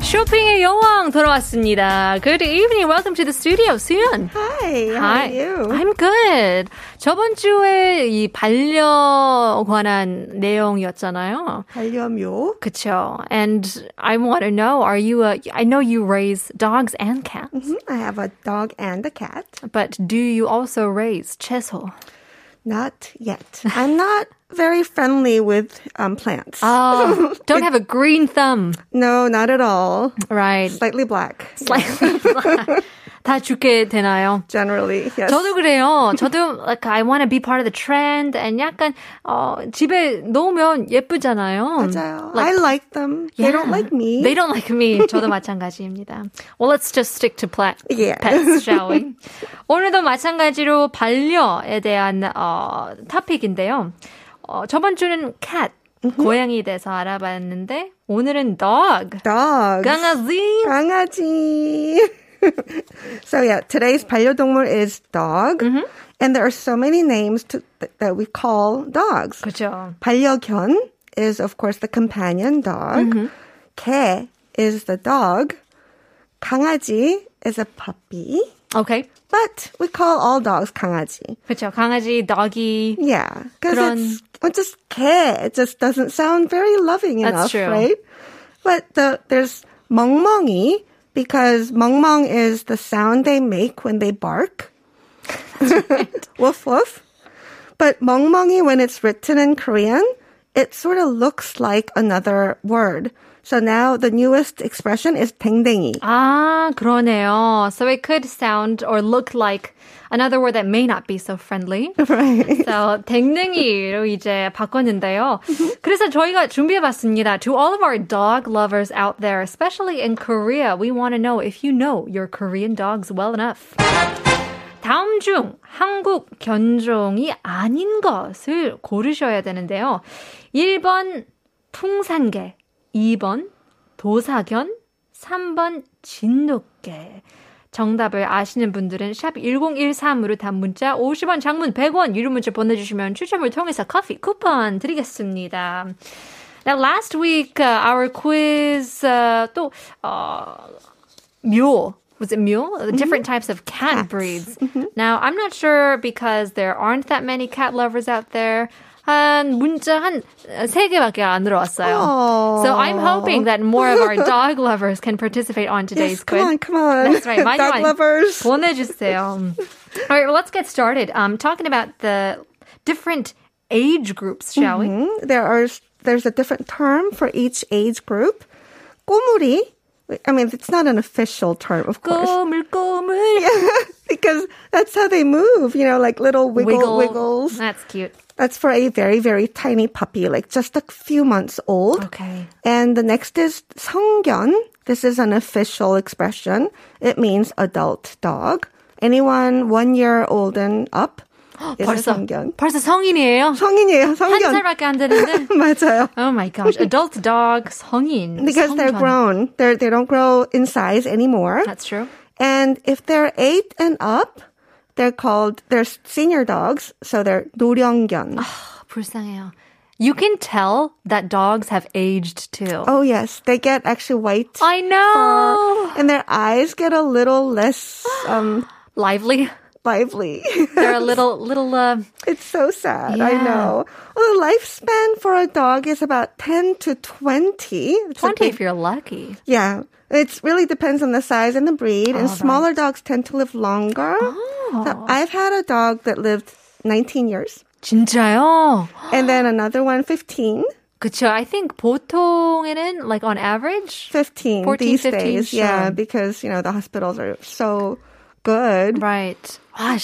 쇼핑의 여왕 돌아왔습니다. Good evening. Welcome to the studio, 수연. Hi, how are you? I'm good. 저번 주에 이 반려 관한 내용이었잖아요. 반려묘. 그쵸. And I want to know, are you a, I know you raise dogs and cats, Mhm, I have a dog and a cat. but do you also raise 채소? Not yet. I'm not very friendly with um, plants. Oh, don't have a green thumb. no, not at all. Right. Slightly black. Slightly black. 다 죽게 되나요? Generally, yes. 저도 그래요. 저도 like I want to be part of the trend and 약간 어 집에 놓으면 예쁘잖아요. 맞아요. Like- I like them. They don't like me. They don't like me. 저도 마찬가지입니다. Well, let's just stick to pla- Yeah. pets, shall we? 오늘도 마찬가지로 반려에 대한 어 토픽인데요. 어 저번 주는 cat 고양이에 대해서 알아봤는데 오늘은 dog Dogs. 강아지. 강아지. so yeah, today's 반려동물 is dog, and there are so many names to, that we call dogs. 그렇죠. 반려견 is of course the companion dog. 개 is the dog. 강아지 is a puppy. Okay. But we call all dogs 강아지. 그렇죠. 강아지 doggy. Yeah, because 그런- it's well, just 개. It just doesn't sound very loving That's enough, true. right? But the, there's 멍멍이 because 멍멍 is the sound they make when they bark. woof woof. But 멍멍이, when it's written in Korean, it sort of looks like another word. So now the newest expression is 댕댕이. Ah, 아, 그러네요. So it could sound or look like another word that may not be so friendly. Right. So 댕댕이로 이제 바꿨는데요. 그래서 저희가 준비해봤습니다. To all of our dog lovers out there, especially in Korea, we want to know if you know your Korean dogs well enough. 다음 중 한국 견종이 아닌 것을 고르셔야 되는데요. 1번 풍산개, 2번 도사견, 3번 진돗개. 정답을 아시는 분들은 샵 1013으로 단문자 50원, 장문 100원 유료 문자 보내주시면 추첨을 통해서 커피 쿠폰 드리겠습니다. Now last week uh, our quiz uh, 또 uh, mule. Was it mule? Mm-hmm. The Different types of cat breeds. Now, I'm not sure because there aren't that many cat lovers out there. 한 문자 한 세 개밖에 안 들어왔어요. So I'm hoping that more of our dog lovers can participate on today's Yes, come quiz. on, come on. That's right, my Dog one. lovers. 보내주세요. All right, well, let's get started. Um, talking about the different age groups, shall we? Mm-hmm. there are there's a different term for each age group. 꼬물이, I mean, it's not an official term, of course, 꼬물꼬물 because that's how they move. You know, like little wiggle, wiggles. That's cute. That's for a very very tiny puppy, like just a few months old. Okay. And the next is 성견. This is an official expression. It means adult dog. Anyone one year old and up is a 벌써 성견. 벌써 성인이에요. 한 성인이에요. 성견. 살밖에 안 되는데. 맞아요. Oh my gosh, adult dog 성인. Because they're 성견. grown. They're, they don't grow in size anymore. That's true. And if they're eight and up, they're called, they're senior dogs. So they're 노령견. 불쌍해요. You can tell that dogs have aged too. Oh, yes. They get actually white. I know. fur, And their eyes get a little less um, Lively. lively. They're a little little uh, it's so sad. I Yeah. know. Well, the lifespan for a dog is about 10 to 20. It's a 20 big if you're lucky. Yeah. It really depends on the size and the breed. and smaller dogs tend to live longer. Oh. So I've had a dog that lived 19 years, 진짜요? and then another one 15. 그쵸. I think 보통에는 like on average 15 14, these 15, days. sure. Yeah, because, you know, the hospitals are so good. right. 아,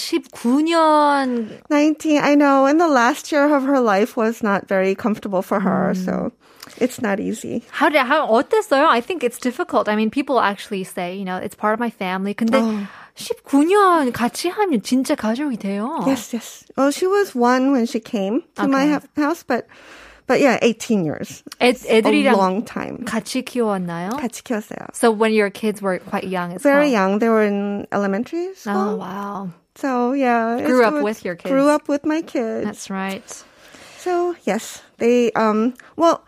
19년 19, I know. And the last year of her life was not very comfortable for her. Hmm. So it's not easy. How did how 어땠어요? I think it's difficult. I mean, people actually say, you know, it's part of my family. 근데 Oh. 19년 같이 하면 진짜 가족이 돼요. Yes, yes. Well, she was one when she came to Oh. my Okay. hou- house, but But yeah, 18 years. 애, A 애들이랑 long time. 같이 키웠나요? 같이 키웠어요. So when your kids were quite young as Very well. young. They were in elementary Oh school. wow, So yeah. Grew up it's- with your kids. Grew up with my kids. that's right. So yes, they um well,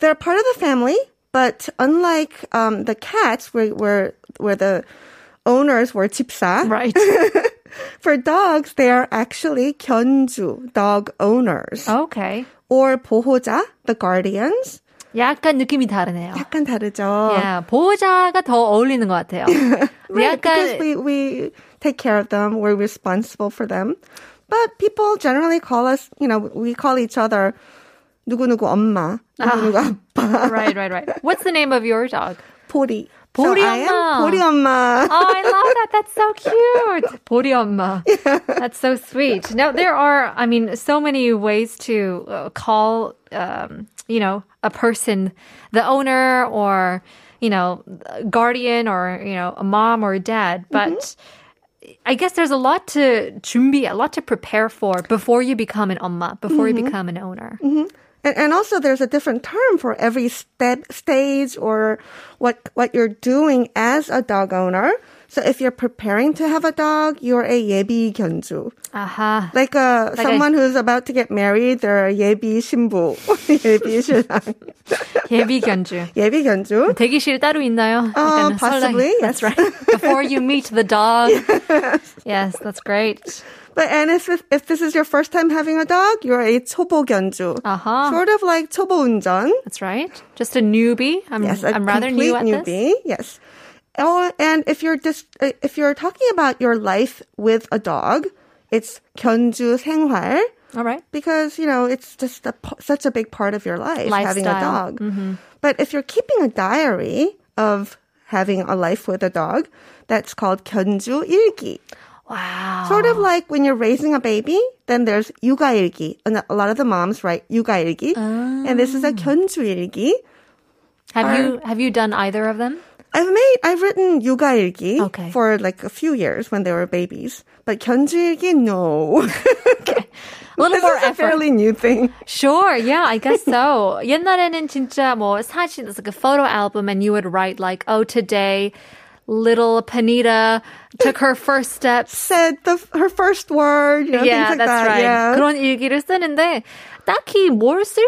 they're part of the family, but unlike um the cats, where where where the owners were chipsa, Right. for dogs they are actually 견주 dog owners Oh. okay. or 보호자 the guardians. 약간 느낌이 다르네요. 약간 다르죠. Yeah, 보호자가 더 어울리는 것 같아요. Right, 약간 because we, we take care of them, we're responsible for them. But people generally call us, you know, we call each other 누구누구 엄마, 누구누구 아빠, right, right, right. What's the name of your dog? 보리. 보리 so I am 엄마. 보리 엄마. Oh, I love that. That's so cute. 보리엄마. That's so sweet. Now there are, I mean, so many ways to uh, call, um, you know, a person, the owner, or you know, guardian, or you know, a mom or a dad. But I guess there's a lot to 준비, a lot to prepare for before you become an 엄마, before you become an owner. And, and also, there's a different term for every step, stage or what what you're doing as a dog owner. So if you're preparing to have a dog, you're a 예비 견주, Aha. like a Like a- someone who's about to get married. They're a 예비 신부, 예비 신랑, 예비 견주. 예비 견주. 대기실 따로 있나요? Uh, 약간 설레- possibly, yes. That's right. Before you meet the dog. Yes, that's great. But and if if this is your first time having a dog, you're a 초보 견주, Uh-huh. sort of like 초보 운전. That's right. Just a newbie. I'm, Yes, a I'm rather complete new at this. newbie. Yes. Oh, and if you're just if you're talking about your life with a dog, it's 견주 생활 All right. because you know it's just a, p- such a big part of your life having a Lifestyle. Mm-hmm. dog. But if you're keeping a diary of having a life with a dog, that's called 견주 일기. Wow. Sort of like when you're raising a baby, then there's 육아 일기. And a lot of the moms write 육아 일기, and this Oh. is a 견주 일기. Have you have you done either of them? I've made I've written Yuga Ilgi Okay. for like a few years when they were babies, but Kyunju Ilgi, A no. little this more is a effort. fairly new thing. Sure. Yeah, I guess so. 옛날에는 진짜 뭐 사진, it's like a photo album, and you would write like, oh, today, little Panita took her first steps. Said the her first word, you know, yeah, things like that's that. right. Yeah. 그런 일기를 쓰는데 딱히 뭘 쓸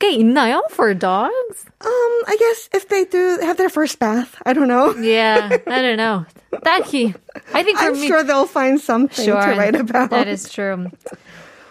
게 있나요 for dogs? Um, I guess if they do have their first bath, I don't know. Yeah, I don't know. 딱히. I think for I'm me, sure they'll find something Sure, to write about. That is true.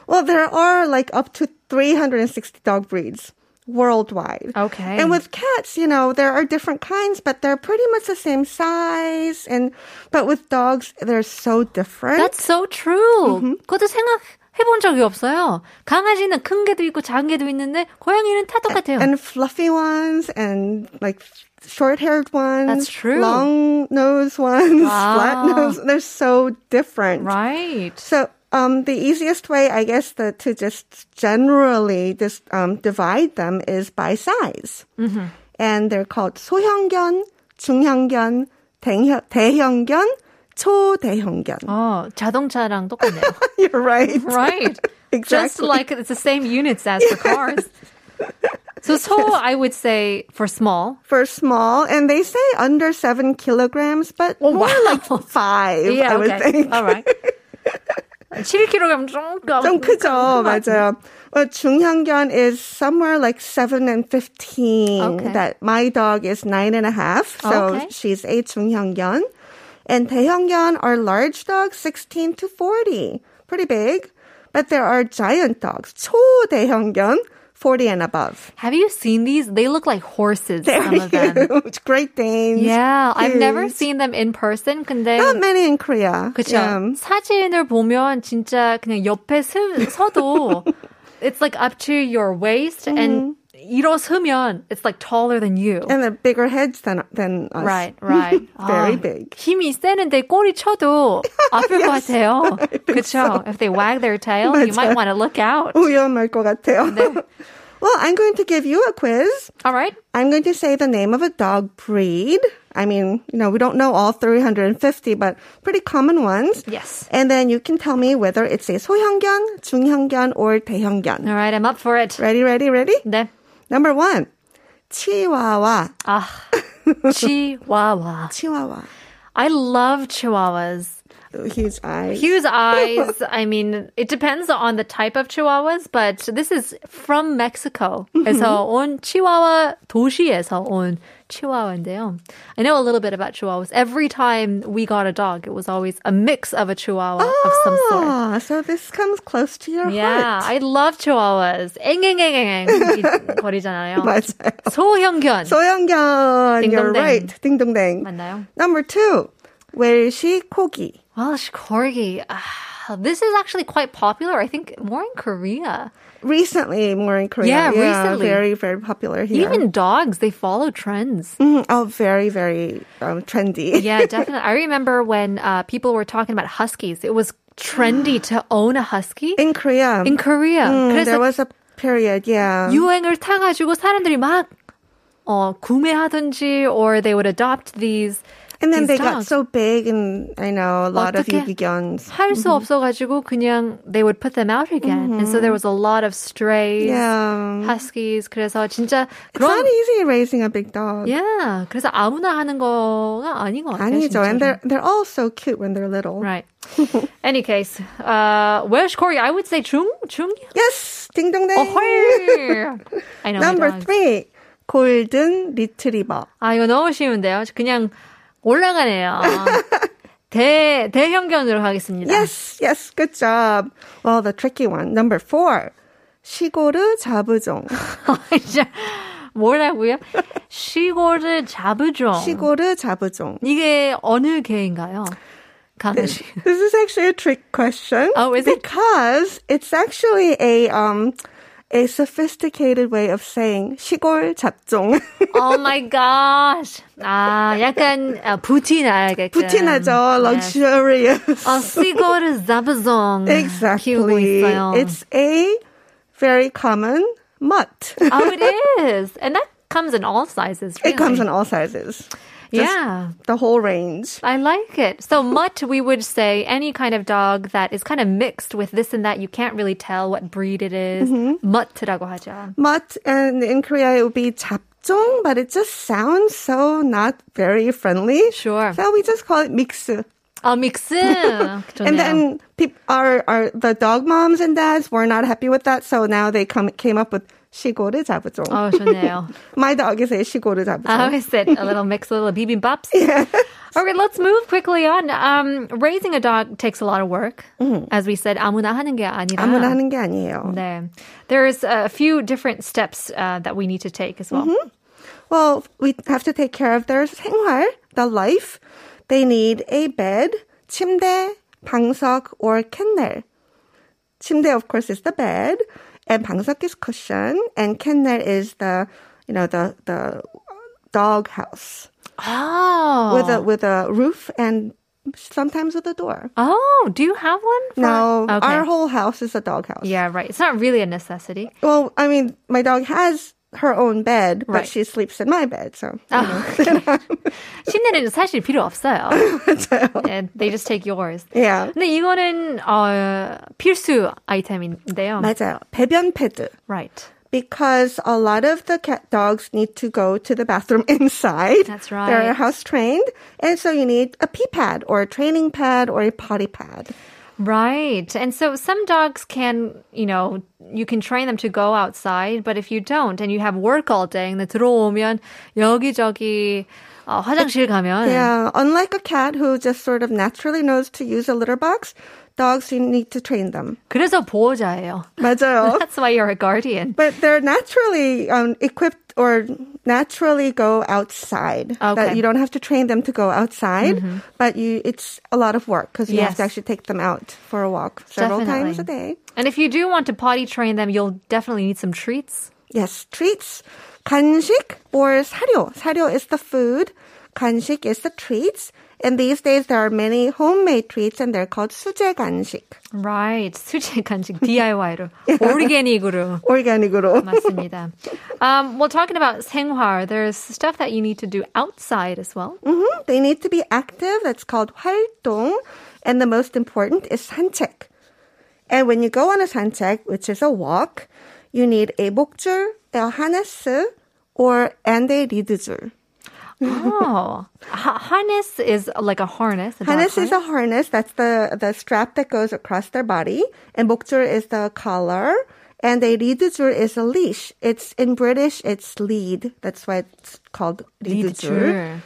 Well, there are like up to 360 dog breeds worldwide. Okay. And with cats, you know, there are different kinds, but they're pretty much the same size. And but with dogs, they're so different. That's so true. Mm-hmm. 그것도 생각. 해본 적이 없어요. 강아지는 큰 개도 있고 작은 개도 있는데 고양이는 다 똑같아요. and fluffy ones and like short-haired ones. That's true. Long-nosed ones, Wow. flat-nosed. They're so different. right. So um, the easiest way, I guess, the, to just generally just um, divide them is by size, Mm-hmm. and they're called 소형견, 중형견, 대형- 대형견, 초대형견. 어, 자동차랑 똑같네요. You're right. Oh. Right. Just Exactly. like it's the same units as for cars. So so I would say for small. For small, and they say under seven kilograms, but Oh, more like five, I would think. All right. 7kg 조금 좀 크죠, 맞아요. Well, 중형견 is somewhere like seven and fifteen. Okay. That my dog is nine and a half, so Okay. she's a 중형견. And 대형견 are large dogs, sixteen to forty, pretty big. But there are giant dogs, 초대형견, forty and above. Have you seen these? They look like horses. some of them. Huge, Great Danes. Yeah, I've never Huge. seen them in person. 근데 Not many in Korea. Um, 그쵸 Yeah. 사진을 보면 진짜 그냥 옆에 스, 서도 it's like up to your waist and 일어서면 it's like taller than you. And they're bigger heads than than us. Right, right. Very 아, big. 힘이 세는데 꼬리 쳐도 아플 것 같아요. 그렇죠. If they wag their tail, you might want to look out. 위험할 것 같아요. well, I'm going to give you a quiz. All right. I'm going to say the name of a dog breed, I mean, you know, we don't know all 350, but pretty common ones. Yes. And then you can tell me whether it's a 소형견, 중형견, or 대형견. All right, I'm up for it. Ready, ready, ready? 네. Number one, Chihuahua. 아, Chihuahua. Chihuahua. I love Chihuahuas. Huge eyes. Hugh's eyes, I mean, it depends on the type of chihuahuas, but this is from Mexico. 그래서 온 치와와 도시에서 온 치와와인데요. I know a little bit about chihuahuas. Every time we got a dog, it was always a mix of a chihuahua of some sort. Ah, so this comes close to your Yeah, heart. I love chihuahuas. 앵앵앵앵앵 거리잖아요. 맞아요. 소형견. 소형견. You're 딩동댕. right. Ding-dong-dang. 맞나요? Number two, 웰시 코기. Welsh corgi. Ah, this is actually quite popular. I think more in Korea. Recently, more in Korea. Yeah, recently. Very, very popular here. Even dogs, they follow trends. Mm, oh, very, very um, trendy. Yeah, definitely. I remember when uh, people were talking about huskies. It was trendy to own a husky in, In Korea, Korea. mm, 그래서 there was a period, yeah. 유행을 타가지고 사람들이 막 어, 구매하든지 or they would adopt these. and then these they got dogs. so big, and I know a lot of 어떻게- 유기견s. 할 수 없어가지고 그냥 they would put them out again. And so there was a lot of strays, Mm-hmm. Yeah. huskies. 그래서 진짜 It's 그런 not e- easy raising a big dog. yeah. 그래서 아무나 하는 거가 아닌 것 같아요. 아니죠. 진짜로. And they're, they're all so cute when they're little. Right. Any case, uh, Welsh Corgi, I would say Chung, Chung. Yes! Ding dong Oh, dang! 헐. I know. my Number dogs. three, golden retriever. 아, 이거 너무 쉬운데요. 그냥 올라가네요. 대, 대형견으로 하겠습니다. Yes, yes, good job. Well, the tricky one. Number four, 시골의 자부종. 진짜 뭐라고요? 시골을 잡으죠. 시골의 자부종. 이게 어느 개인가요? 강아지. This is actually a trick question. Oh, is it? Because it's actually a um a sophisticated way of saying 시골 잡종. Oh my gosh. 아, 약간 아, 부티나게끔. 부티나죠, Yes. luxurious. 어, 시골을 잡으죠. 키우고 exactly. 있어요. It's a very common mutt. Oh, it is. And that comes in all sizes. Really. It comes in all sizes. Just Yeah. The whole range. I like it. So mutt, we would say any kind of dog that is kind of mixed with this and that. You can't really tell what breed it is. Mm-hmm. Mutt라고 하죠. Mutt and in Korea it would be 잡종, but it just sounds so not very friendly. Sure. So we just call it 믹스. 아, 믹스. Oh, And then peop our, our, the dog moms and dads were not happy with that, so now they come, came up with 시골을 잡으종. 어, 좋네요. My dog is a 시골을 Oh, I 잡으종. always said a little mix, a little bibimbops. Okay, let's move quickly on. Um, raising a dog takes a lot of work. Mm-hmm. As we said, 아무나 하는 게 아니라. 아무나 하는 게 아니에요. 네. There's a few different steps uh, that we need to take as well. Mm-hmm. Well, we have to take care of their 생활, the life. They need a bed, 침대, 방석, or kennel. 침대, of course, is the bed, and 방석 is cushion, and kennel is the, you know, the, the dog house Oh. with a, with a roof and sometimes with a door. Oh, do you have one? for- No, Okay. our whole house is a dog house. yeah, right. It's not really a necessity. Well, I mean, my dog has her own bed, but Right. she sleeps in my bed, so. 신내는 사실 필요 없어요. And they just take yours. Yeah. 근데 이거는 어, 필수 아이템인데요. 맞아요. 배변 패드. Right. because a lot of the cat dogs need to go to the bathroom inside. That's right. They're house trained, and so you need a pee pad or a training pad or a potty pad. Right. And so some dogs can, you know, you can train them to go outside, but if you don't and you have work all day and 들어오면 여기저기 어, 화장실 가면 Yeah, unlike a cat who just sort of naturally knows to use a litter box, dogs you need to train them. 그래서 보호자예요. 맞아요. That's why you're a guardian. but they're naturally um, equipped or naturally go outside. That Okay. Mm-hmm. you don't have to train them to go outside, but you it's a lot of work because you have Yes. to actually take them out for a walk several Definitely. times a day. And if you do want to potty train them, you'll definitely need some treats. Yes, treats, 간식 or 사료. 사료 is the food. 간식 is the treats. And these days there are many homemade treats and they're called 수제 간식. Right. 수제 간식 DIY로. 오르게닉으로. Organic으로. 맞습니다. Um, well, talking about 생활, there's stuff that you need to do outside as well. Mhm. They need to be active. That's called 활동. And the most important is 산책. And when you go on a 산책, which is a walk, you need a 목줄, a harness, or and a 리드줄. Oh. Ha- harness is like a harness. a dog Harness is a harness. harness. That's the the strap that goes across their body, and 목줄 is the collar, and a 리드줄 is a leash. It's in British, it's lead. That's why it's called 리드줄. 리드줄.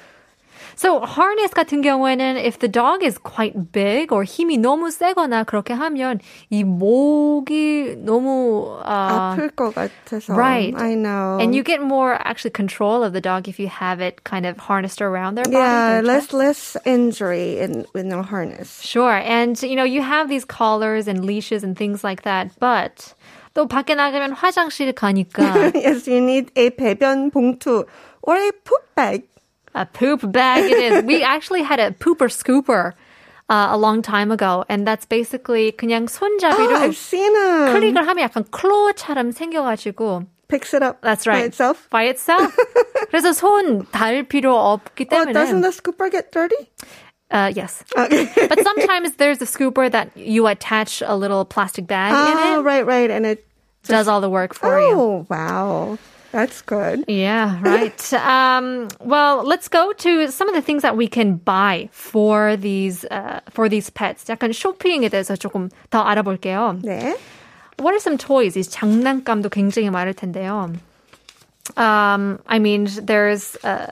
So harness 같은 경우에는 if the dog is quite big or 힘이 너무 세거나 그렇게 하면 이 목이 너무 아, 아플 것 같아서. Ah. Right. I know. And you get more actually control of the dog if you have it kind of harnessed around their body. yeah, their chest. less less injury in with no harness. Sure. And you know, you have these collars and leashes and things like that. But 또 밖에 나가면 화장실 가니까 yes, you need a 배변 봉투 or a poop bag. a poop bag it is. We actually had a pooper scooper uh, a long time ago and that's basically 그냥 Oh, 손잡이로 I've seen them. 클릭을 하면 약간 클로처럼 생겨가지고 Picks it up That's by right. itself. By itself. 그래서 손 닿을 필요 없기 Oh, 때문에 doesn't the scooper get dirty? uh, yes. Okay. But sometimes there's a scooper that you attach a little plastic bag Ah, in it. right, right, and it Does all the work for you. Oh, wow. That's good. Yeah, right. um, well, let's go to some of the things that we can buy for these uh, for these pets. 약간 쇼핑에 대해서 조금 더 알아볼게요. 네. What are some toys? 이 장난감도 굉장히 많을 텐데요. Um, I mean, there's uh,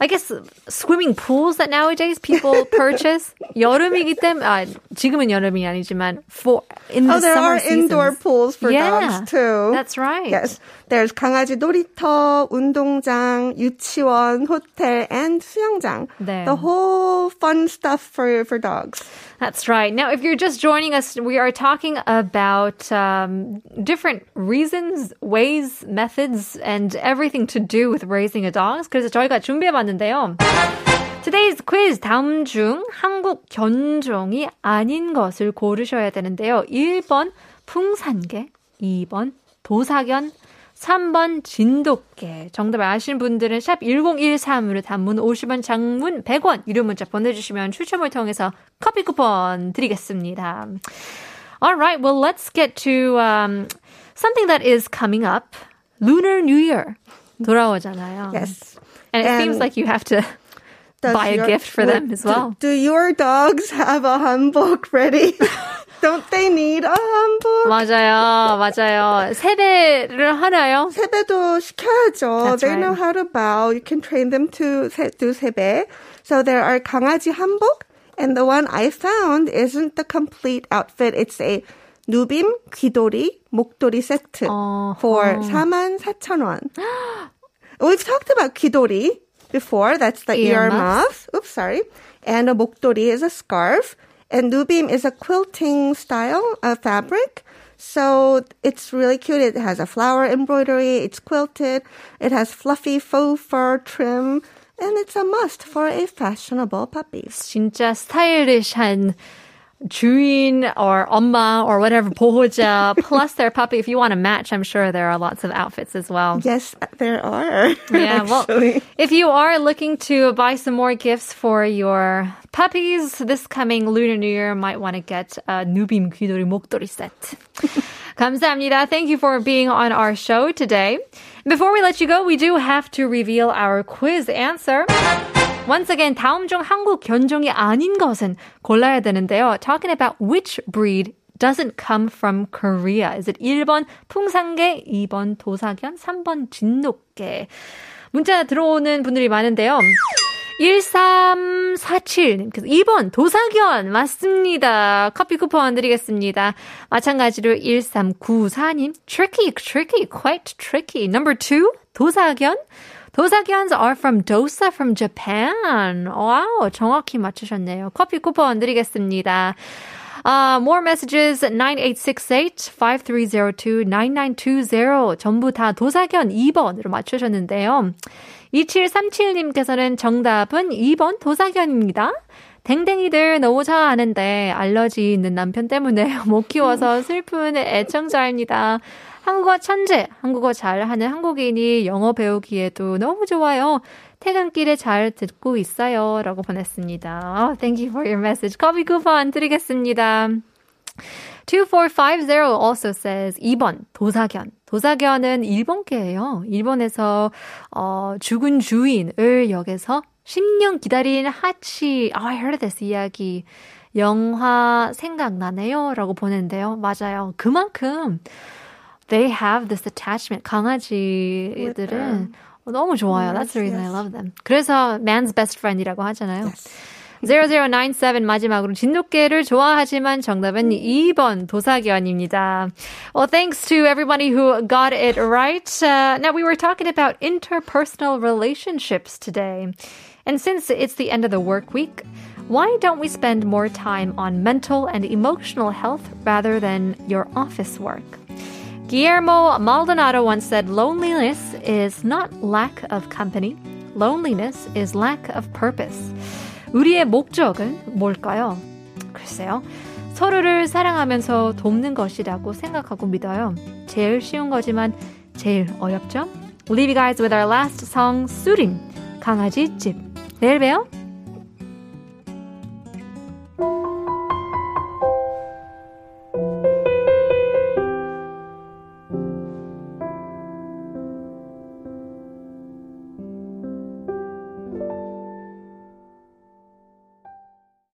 I guess swimming pools that nowadays people purchase. 여름이기 때문에 아, 지금은 여름이 아니지만 for in the Oh, there summer are indoor seasons. pools for Yeah, dogs too. That's right. Yes. There's 강아지 놀이터, 운동장, 유치원, 호텔 and 수영장. 네. The whole fun stuff for for dogs. That's right. Now, if you're just joining us, we are talking about um, different reasons, ways, methods, and everything to do with raising a dog. 그래서 저희가 준비해봤는데요. Today's quiz 다음 중 한국 견종이 아닌 것을 고르셔야 되는데요. 1번 풍산개, 2번 도사견, 3번 진돗개. 정답을 아시는 분들은 샵 1013으로 단문 50원, 장문 100원 유료 문자 보내주시면 추첨을 통해서 커피 쿠폰 드리겠습니다. All right, well let's get to um, something that is coming up. Lunar New Year 돌아오잖아요. Yes. And it And- seems like you have to Does buy a your- gift for them would- as well. Do, do your dogs have a hanbok ready? Don't they need a hanbok? 맞아요, 맞아요. 세배를 하나요? 세배도 시켜야죠. That's They know right. how to bow. You can train them to 세, do 세배. So there are 강아지 한복, and the one I found isn't the complete outfit. It's a 누빔, 귀돌이, 목도리 세트 어허. for 44,000원. We've talked about 귀돌이 before. That's the Earmuffs. earmuff. Oops, sorry. And a 목도리 is a scarf. And nubim is a quilting style of fabric. So it's really cute. It has a flower embroidery. It's quilted. It has fluffy faux fur trim. And it's a must for a fashionable puppy. 진짜 스타일리시한 주인 or 엄마 or whatever 보호자 plus their puppy. If you want to match, I'm sure there are lots of outfits as well. Yes, there are. Yeah, well, actually. if you are looking to buy some more gifts for your puppies this coming Lunar New Year, might want to get a Nubim 귀돌이 목도리 set. 감사합니다. Thank you for being on our show today. Before we let you go, we do have to reveal our quiz answer. Once again, 다음 중 한국 견종이 아닌 것은 골라야 되는데요. Talking about which breed doesn't come from Korea. Is it 1번 풍산개, 2번 도사견, 3번 진돗개. 문자 들어오는 분들이 많은데요. 1347님께서 2번 도사견 맞습니다. 커피 쿠폰 드리겠습니다. 마찬가지로 1394님 tricky tricky quite tricky. Number 2 도사견 도사견s are from Dosa from Japan. 와우, 정확히 맞추셨네요. 커피 쿠폰 드리겠습니다. Uh, more messages 9868-5302-9920 전부 다 도사견 2번으로 맞추셨는데요. 2737님께서는 정답은 2번 도사견입니다. 댕댕이들 너무 잘 아는데 알러지 있는 남편 때문에 못 키워서 슬픈 애청자입니다. 한국어 천재, 한국어 잘하는 한국인이 영어 배우기에도 너무 좋아요. 퇴근길에 잘 듣고 있어요. 라고 보냈습니다. Oh, thank you for your message. 커피 쿠폰 드리겠습니다. 2450 also says 2번 도사견. 도사견은 일본계예요. 일본에서 어, 죽은 주인을 역에서 10년 기다린 하치. Oh, I heard this 이야기. 영화 생각나네요. 라고 보는데요. 맞아요. 그만큼 they have this attachment. 강아지들은 너무 좋아요. That's the reason I love them. 그래서 man's best friend이라고 하잖아요. 0097 마지막으로 진돗개를 좋아하지만 정답은 2번 도사견입니다. Well, thanks to everybody who got it right. Uh, now we were talking about interpersonal relationships today. And since it's the end of the work week, why don't we spend more time on mental and emotional health rather than your office work? Guillermo Maldonado once said, Loneliness is not lack of company. Loneliness is lack of purpose. 우리의 목적은 뭘까요? 글쎄요. 서로를 사랑하면서 돕는 것이라고 생각하고 믿어요. 제일 쉬운 거지만 제일 어렵죠? We'll leave you guys with our last song, 수린. 강아지 집. 내일 봬요.